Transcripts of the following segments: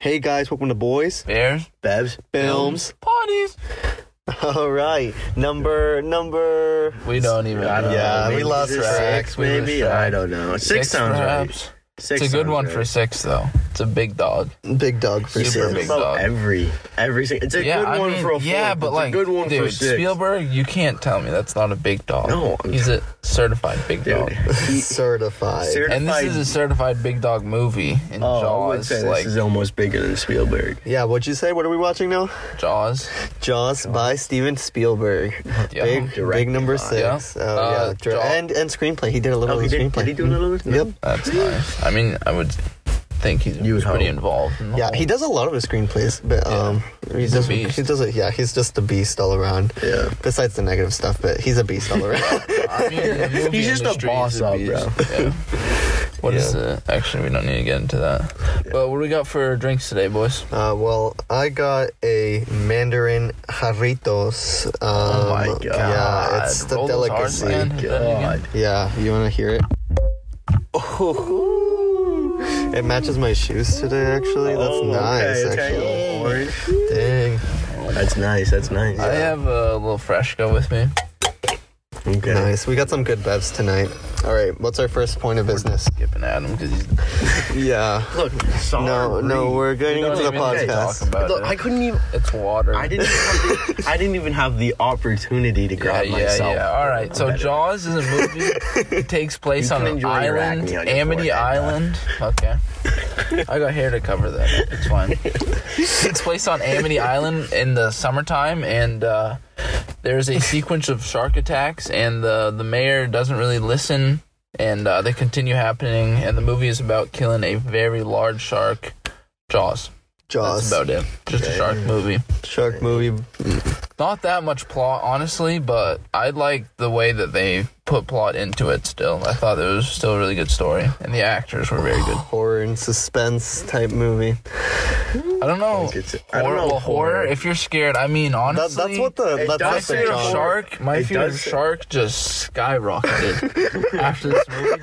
Hey guys, welcome to Boys Bears. Bevs Films. Parties. All right, number number. We don't even. I don't Yeah, know. we Uh, Maybe lost it was six, we were maybe. I don't know. Six, sounds right. perhaps. Six uh, It's a good sounds one right. for six though. It's a big dog. Big dog for Super six. big About dog. Every every sing- It's a yeah, good I one mean, for a fourth. yeah, but it's like a good one dude, for six. Spielberg, you can't tell me that's not a big dog. No, I'm- he's a certified big dog. Dude, certified. certified. And this is a certified big dog movie. And oh, I would Jaws, say like this is almost bigger than Spielberg. yeah, what'd you say? What are we watching now? Jaws. Jaws by Steven Spielberg. Yeah. Big, Directed big number by- six. Yeah. Oh, Uh, yeah. Dir- Jaws- and and screenplay. He did a little Oh, he of the did. screenplay. Did he do a little bit? Yep. That's nice. I mean, I would think he's You would pretty hope. involved. in the Yeah, whole- he does a lot of his screenplays, but um, he He's a does beast. he does it. Yeah, he's just a beast all around. Yeah. Besides the negative stuff, but he's a beast all around. I mean, the movie just a industry boss is up, beast. bro. Yeah. What is Yeah. the? Actually, we don't need to get into that. But what do we got for drinks today, boys? uh, well, I got a Mandarin Jarritos. Um, Oh my god! Yeah, it's the Roll those hard, delicacy. man. Hit that again. Yeah, you want to hear it? Oh, it matches my shoes today. Actually, that's Oh, nice. okay, okay. Actually, Oh, orange. dang. That's nice. That's nice. I have a little fresco with me. okay. Nice. We got some good bevs tonight. All right. What's our first point of business? Skipping at him because he's Yeah. Look, sorry. No, no, we're getting don't into the even need to talk podcast. about Look, it. I couldn't even. It's water. I didn't. Have the, I didn't even have the opportunity to Yeah, grab yeah, myself. yeah. All right. So Better. Jaws is a movie. it takes place You on can an enjoy your island, acne on your Amity forehead, Doc. Island. Okay. I got hair to cover that. up. It's fine. It takes place on Amity Island in the summertime, and uh, there's a sequence of shark attacks, and the the mayor doesn't really listen, and uh, they continue happening. And the movie is about killing a very large shark. Jaws. That's Jaws. about it. Just a shark movie Shark movie. not that much plot, honestly, but I like the way that they put plot into it still. I thought it was still a really good story, and the actors were very good. Horror and suspense type movie. I don't know. Like it's- I horror, don't know well, horror, horror. if you're scared, I mean, That, honestly. that's what the. That's It My does what the fear of say genre. shark, my It fear of does say- shark just skyrocketed after this movie. Did.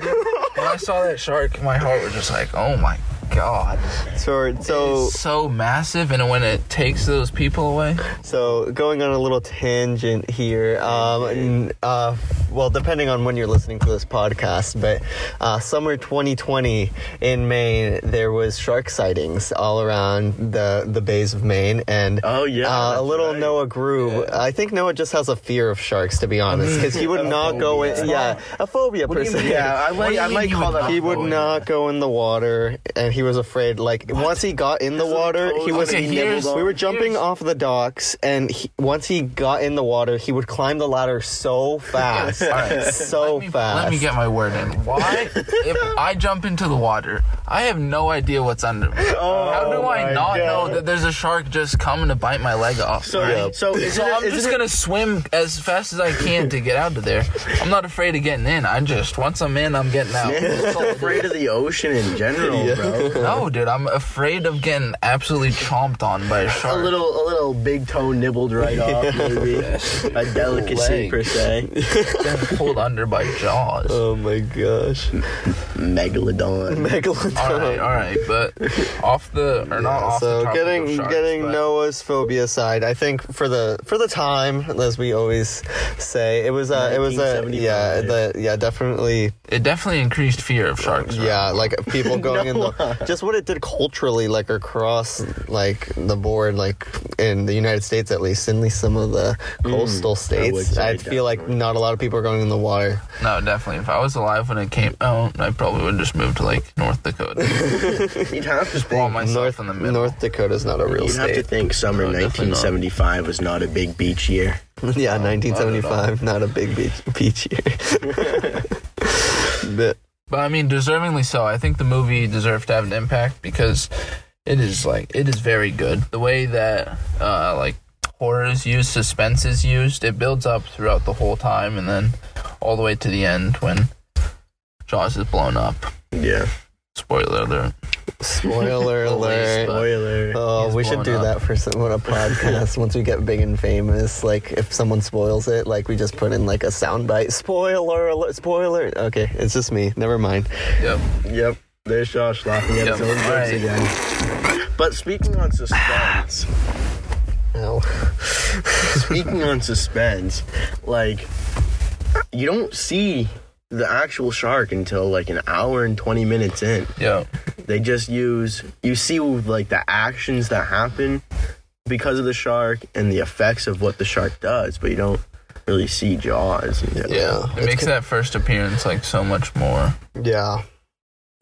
When I saw that shark, my heart was just like, "Oh my god!" So, so, It's so massive, and when it takes those people away, so going on a little tangent here. Um, n- uh, well, depending on when you're listening to this podcast, but uh, summer 2020 in Maine, there was shark sightings all around the the bays of Maine, and Oh, yeah, uh, a that's little right. Noah grew. I think Noah just has a fear of sharks, to be Mm. honest, because he would not go in. Yeah, a phobia per se. Yeah, I do might. you I mean might you call would that. He not would Oh, yeah. not go in the water, and he was afraid. Like once he got in the water, he was. Okay, here's- we were jumping here's- off the docks, and he, once he got in the water, he would climb the ladder so fast, Alright. so let me, fast. Let me get my word in. Why, if I jump into the water, I have no idea what's under me. How do Oh my I not God. know that there's a shark just coming to bite my leg off? So, right? so, is So it, I'm is just it, gonna swim as fast as I can to get out of there. I'm not afraid of getting in. I just once I'm in, I'm getting out. That's all I do. afraid of the ocean in general, bro. No, dude, I'm afraid of getting absolutely chomped on by a A shark. little, a little big toe nibbled right off, maybe a delicacy Leg. per se. Getting pulled under by jaws. oh my gosh, Megalodon. megalodon. all right, all right, but off the or not off the so topic of getting sharks, getting but- Noah's phobia aside, I think for the for the time, as we always say, it was uh, it was a yeah 1975. the yeah definitely It definitely increased fear of sharks. right? Yeah, like people going in the just what it did culturally, like across like the board, like in the United States at least, in at least some of the Hmm, coastal would states. say I feel like definitely. not a lot of people are going in the water. No, definitely. If I was alive when it came out, I probably would just move to like North Dakota. You'd have to Wall think. myself North in the middle. North Dakota's not a real You'd have to state. think summer No, definitely not. 1975 was not a big beach year. Oh, yeah, 1975, not, a big beach, beach year. but But I mean, deservingly so. I think the movie deserved to have an impact because it is like it is very good. The way that uh, like horror is used, suspense is used, it builds up throughout the whole time, and then all the way to the end when Jaws is blown up. Yeah. Spoiler alert. spoiler alert. Spoiler. Oh, He's we should blown do up. that for some, what a podcast. Once we get big and famous, like if someone spoils it, like we just put in like a soundbite. Spoiler alert! Spoiler. Okay, it's just me. Never mind. Yep. Yep. There's Josh laughing at Yep. his own jokes Alright. again. But speaking on suspense, No. speaking on suspense, like you don't see the actual shark until like an hour and 20 minutes in. Yeah. They just use you see like the actions that happen because of the shark and the effects of what the shark does, but you don't really see jaws. Yeah. It makes that first appearance like so much more. Yeah.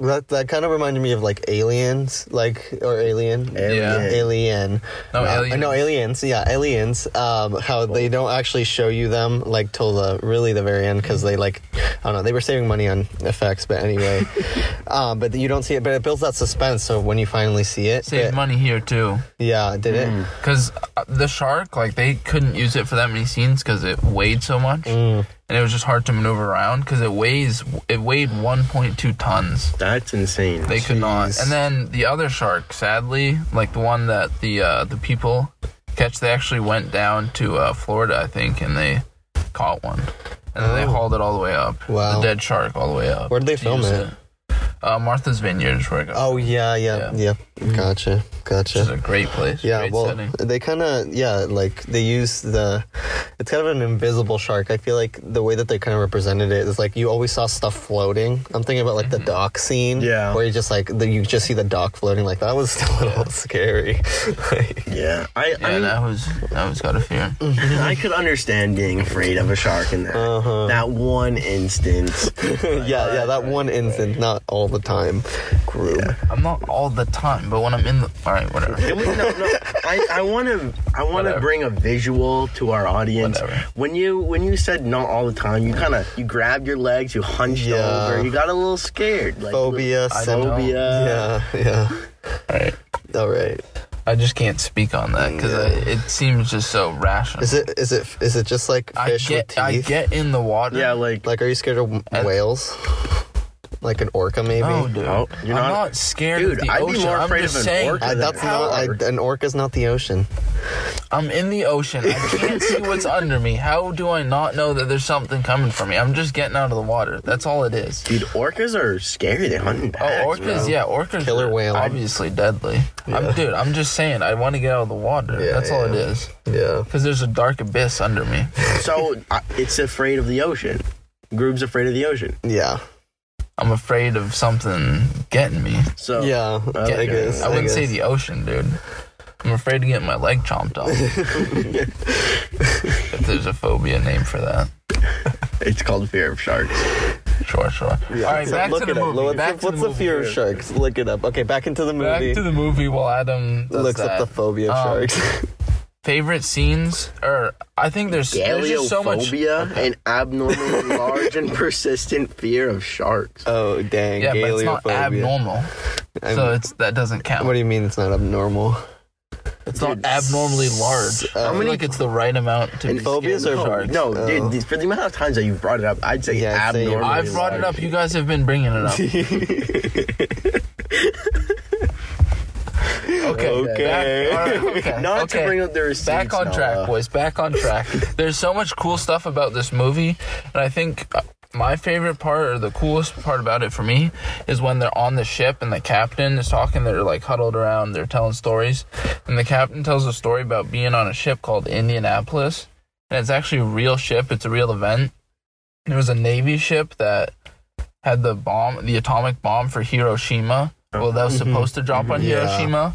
That that kind of reminded me of like aliens, like or alien. Alien. Alien. No, Uh, aliens. No, aliens. Yeah, aliens. Um, how they don't actually show you them like till the really the very end because they like I don't know they were saving money on effects, but anyway. um, but you don't see it, but it builds that suspense. So when you finally see it, Save it- money here too. yeah, did it? Mm. Because the shark, like, they couldn't use it for that many scenes because it weighed so much. Mm. And it was just hard to maneuver around because it weighs, it weighed 1.2 tons. That's insane. They could not. Jeez. And then the other shark, sadly, like the one that the uh, the people catch, they actually went down to uh, Florida, I think, and they caught one. And then they hauled it all the way up. Oh. Wow. The dead shark all the way up. Where'd they to film use it? Uh, Martha's Vineyards, where it got, Oh yeah, yeah, yeah. Gotcha, gotcha. which is a great place. Yeah, great well, setting. they kind of yeah, like they use the. It's kind of an invisible shark. I feel like the way that they kind of represented it is like you always saw stuff floating. I'm thinking about like Mm-hmm. the dock scene, Yeah. where you just like the, you just see the dock floating. Like that was a little scary. Like, Yeah, I Yeah, I, mean, that was that was got a fear. I could understand being afraid of a shark in that Uh-huh. that one instance. yeah, yeah, that one instant, not all the time. Groom. I'm not all the time, but when I'm in the all right, whatever. Can we- no, no, I, I want to I want to Whatever. bring a visual to our audience. Whatever. When you when you said not all the time, you kind of you grabbed your legs, you hunched Yeah. over, you got a little scared, like Phobia. I some- don't know. phobia. Yeah, yeah. All right, All right. I just can't speak on that because it seems just so rational. Is it is it is it just like I fish with get teeth? I get in the water. Yeah, like Like, are you scared of whales? Like an orca, maybe? No, Oh, dude. No, you're I'm not- not scared Dude, of the I'd be ocean. more I'm afraid just of an saying, orca I, than that's an not. I, orca. an orca's not the ocean. I'm in the ocean. I can't see what's under me. How do I not know that there's something coming for me? I'm just getting out of the water. That's all it is. dude, orcas are scary. They're hunting Oh, packs. orcas, bro. yeah, orcas. Killer are whale. Obviously deadly. I'm, dude, I'm just saying, I want to get out of the water. Yeah, That's all it yeah. is. Yeah. Because there's a dark abyss under me. So I, it's afraid of the ocean. Groob's afraid of the ocean. Yeah. I'm afraid of something getting me. So Yeah. Okay. Oh. I guess. I wouldn't guess. say the ocean, dude. I'm afraid to get my leg chomped off. if there's a phobia name for that. it's called fear of sharks. Sure, sure. All right, So back look to the it up. movie. What's, back the, to what's the the, movie. fear of sharks? Look it up. Okay, back into the Back movie. to the movie while Adam does Looks that. up the phobia of Um, sharks. Favorite scenes, or I think there's there's just so much. Galeophobia, an abnormally large and persistent fear of sharks. oh dang! Yeah, but it's not galeophobia. abnormal, so I'm- it's that doesn't count. What do you mean it's not abnormal? it's not abnormally large. I feel many- like it's the right amount to be phobias scared of are- sharks. No, Oh. dude, these- for the amount of times that you've brought it up, I'd say Yeah, I'd say abnormal. you're I've brought it up. You guys have been bringing it up. okay. Okay. back- all right, okay. Not okay. to bring up the receipts. Back on track, Noah. boys. Back on track. There's so much cool stuff about this movie, and I think uh, my favorite part or the coolest part about it for me is when they're on the ship and the captain is talking. They're like huddled around. They're telling stories, and the captain tells a story about being on a ship called Indianapolis, and it's actually a real ship. It's a real event. There was a Navy ship that had the bomb, the atomic bomb for Hiroshima. Well, that was Mm-hmm. supposed to drop on Yeah. Hiroshima,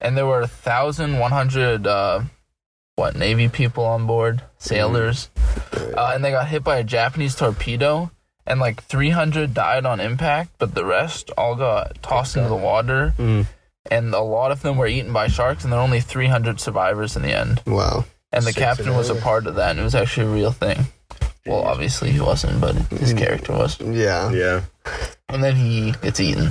and there were thousand one hundred uh, what Navy people on board, sailors, Mm-hmm. uh, and they got hit by a Japanese torpedo, and like three hundred died on impact, but the rest all got tossed into the water, Mm. and a lot of them were eaten by sharks, and there were only three hundred survivors in the end Wow. and the Six captain and was a part of that, and it was actually a real thing. Well, obviously he wasn't, but Mm. his character was. Yeah. Yeah. And then he gets eaten.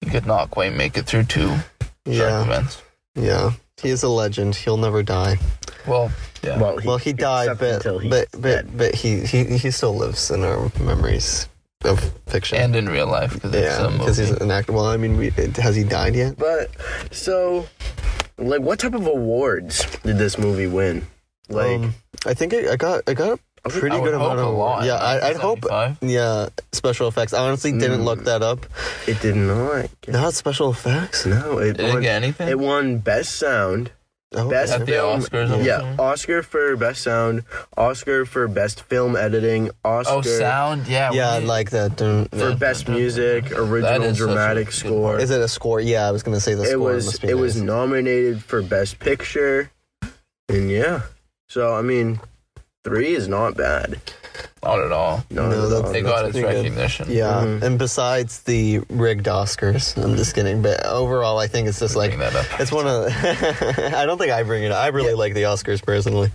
He could not quite make it through two shark Yeah. events. Yeah. He is a legend. He'll never die. Well, yeah. Well, he, well, he died, except but until he- but but, but he, he he still lives in our memories of fiction. and in real life because it's um, yeah, a because he's movie. an actor. Well, I mean, we, has he died yet? But so, like, what type of awards did this movie win? Like, Um, I think I, I got I got would- pretty I would good hope amount a of lot. Yeah, I, I'd hope. 75. Yeah, special effects. I honestly didn't Mm. look that up. It did not. Get, Not special effects. no, it Did it won. get anything? It won best sound, Okay. best At the film. Oscars or yeah, something? Oscar for best sound, Oscar for best film editing, Oscar oh, sound. Yeah. we yeah, I did. like that. Dun- for yeah. best music, original is such a dramatic good score. part. Is it a score? Yeah, I was gonna say the it score. was must be it was nice. nominated for best picture, and yeah. So I mean, three is not bad. not at all. Not No, at that's- all. It that's got its pretty good. recognition. Yeah, Mhm. Mm-hmm. and besides the rigged Oscars, I'm just kidding. But overall, I think it's just like Bring that up. it's one of. I don't think I bring it. up. I really like the Oscars personally,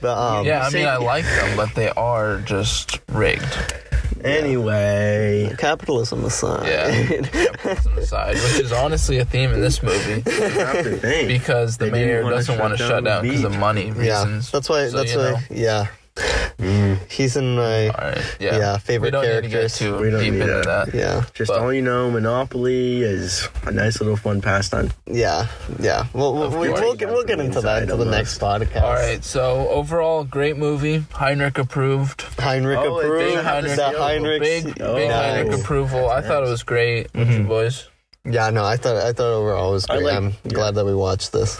but um, Yeah, I see- mean, I like them, but they are just rigged. Anyway, capitalism aside, Yeah. Puts them aside, which is honestly a theme in this movie that's the thing. because the They didn't mayor wanna doesn't shut want to down shut the down because of beat. money Yeah, reasons. that's why. So, that's you why. know. Yeah, he's in my. All right. Yeah. Yeah, we favorite don't characters. Need to We get don't too deep need into to- that. Yeah, Just But- all you know, Monopoly is a nice little fun pastime. yeah, yeah. We'll we'll, we'll, course. we'll, get, we'll get into that into the next podcast. All right. So overall, great movie. Heinrich approved. Heinrich Oh, it approved. did Big have Heinrich, the seal. Heinrichs- big, big Oh. Heinrich Nice. Mm-hmm. approval. I thought it was great. What'd you boys? Yeah, no, I thought I thought overall it was I great. like- I'm yeah. glad that we watched this.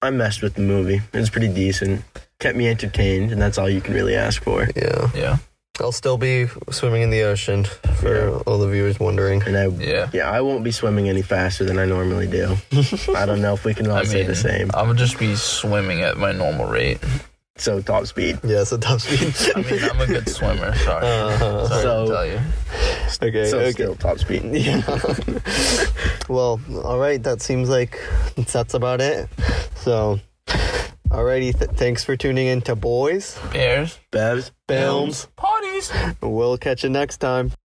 I messed with the movie. It's pretty decent. Kept me entertained, and that's all you can really ask for. Yeah, Yeah. I'll still be swimming in the ocean for all the viewers wondering. And I, Yeah. I won't be swimming any faster than I normally do. I don't know if we can all I say mean, the same. I'm gonna just be swimming at my normal rate. So top speed. Yeah, so top speed. I mean, I'm a good swimmer. Sorry. Uh, Sorry So- to tell you. okay, So okay. still top speed. Yeah. well, all right. That seems like that's about it. So, alrighty. Th- thanks for tuning in to Boys Bears. Bevs. Films. Parties. We'll catch you next time.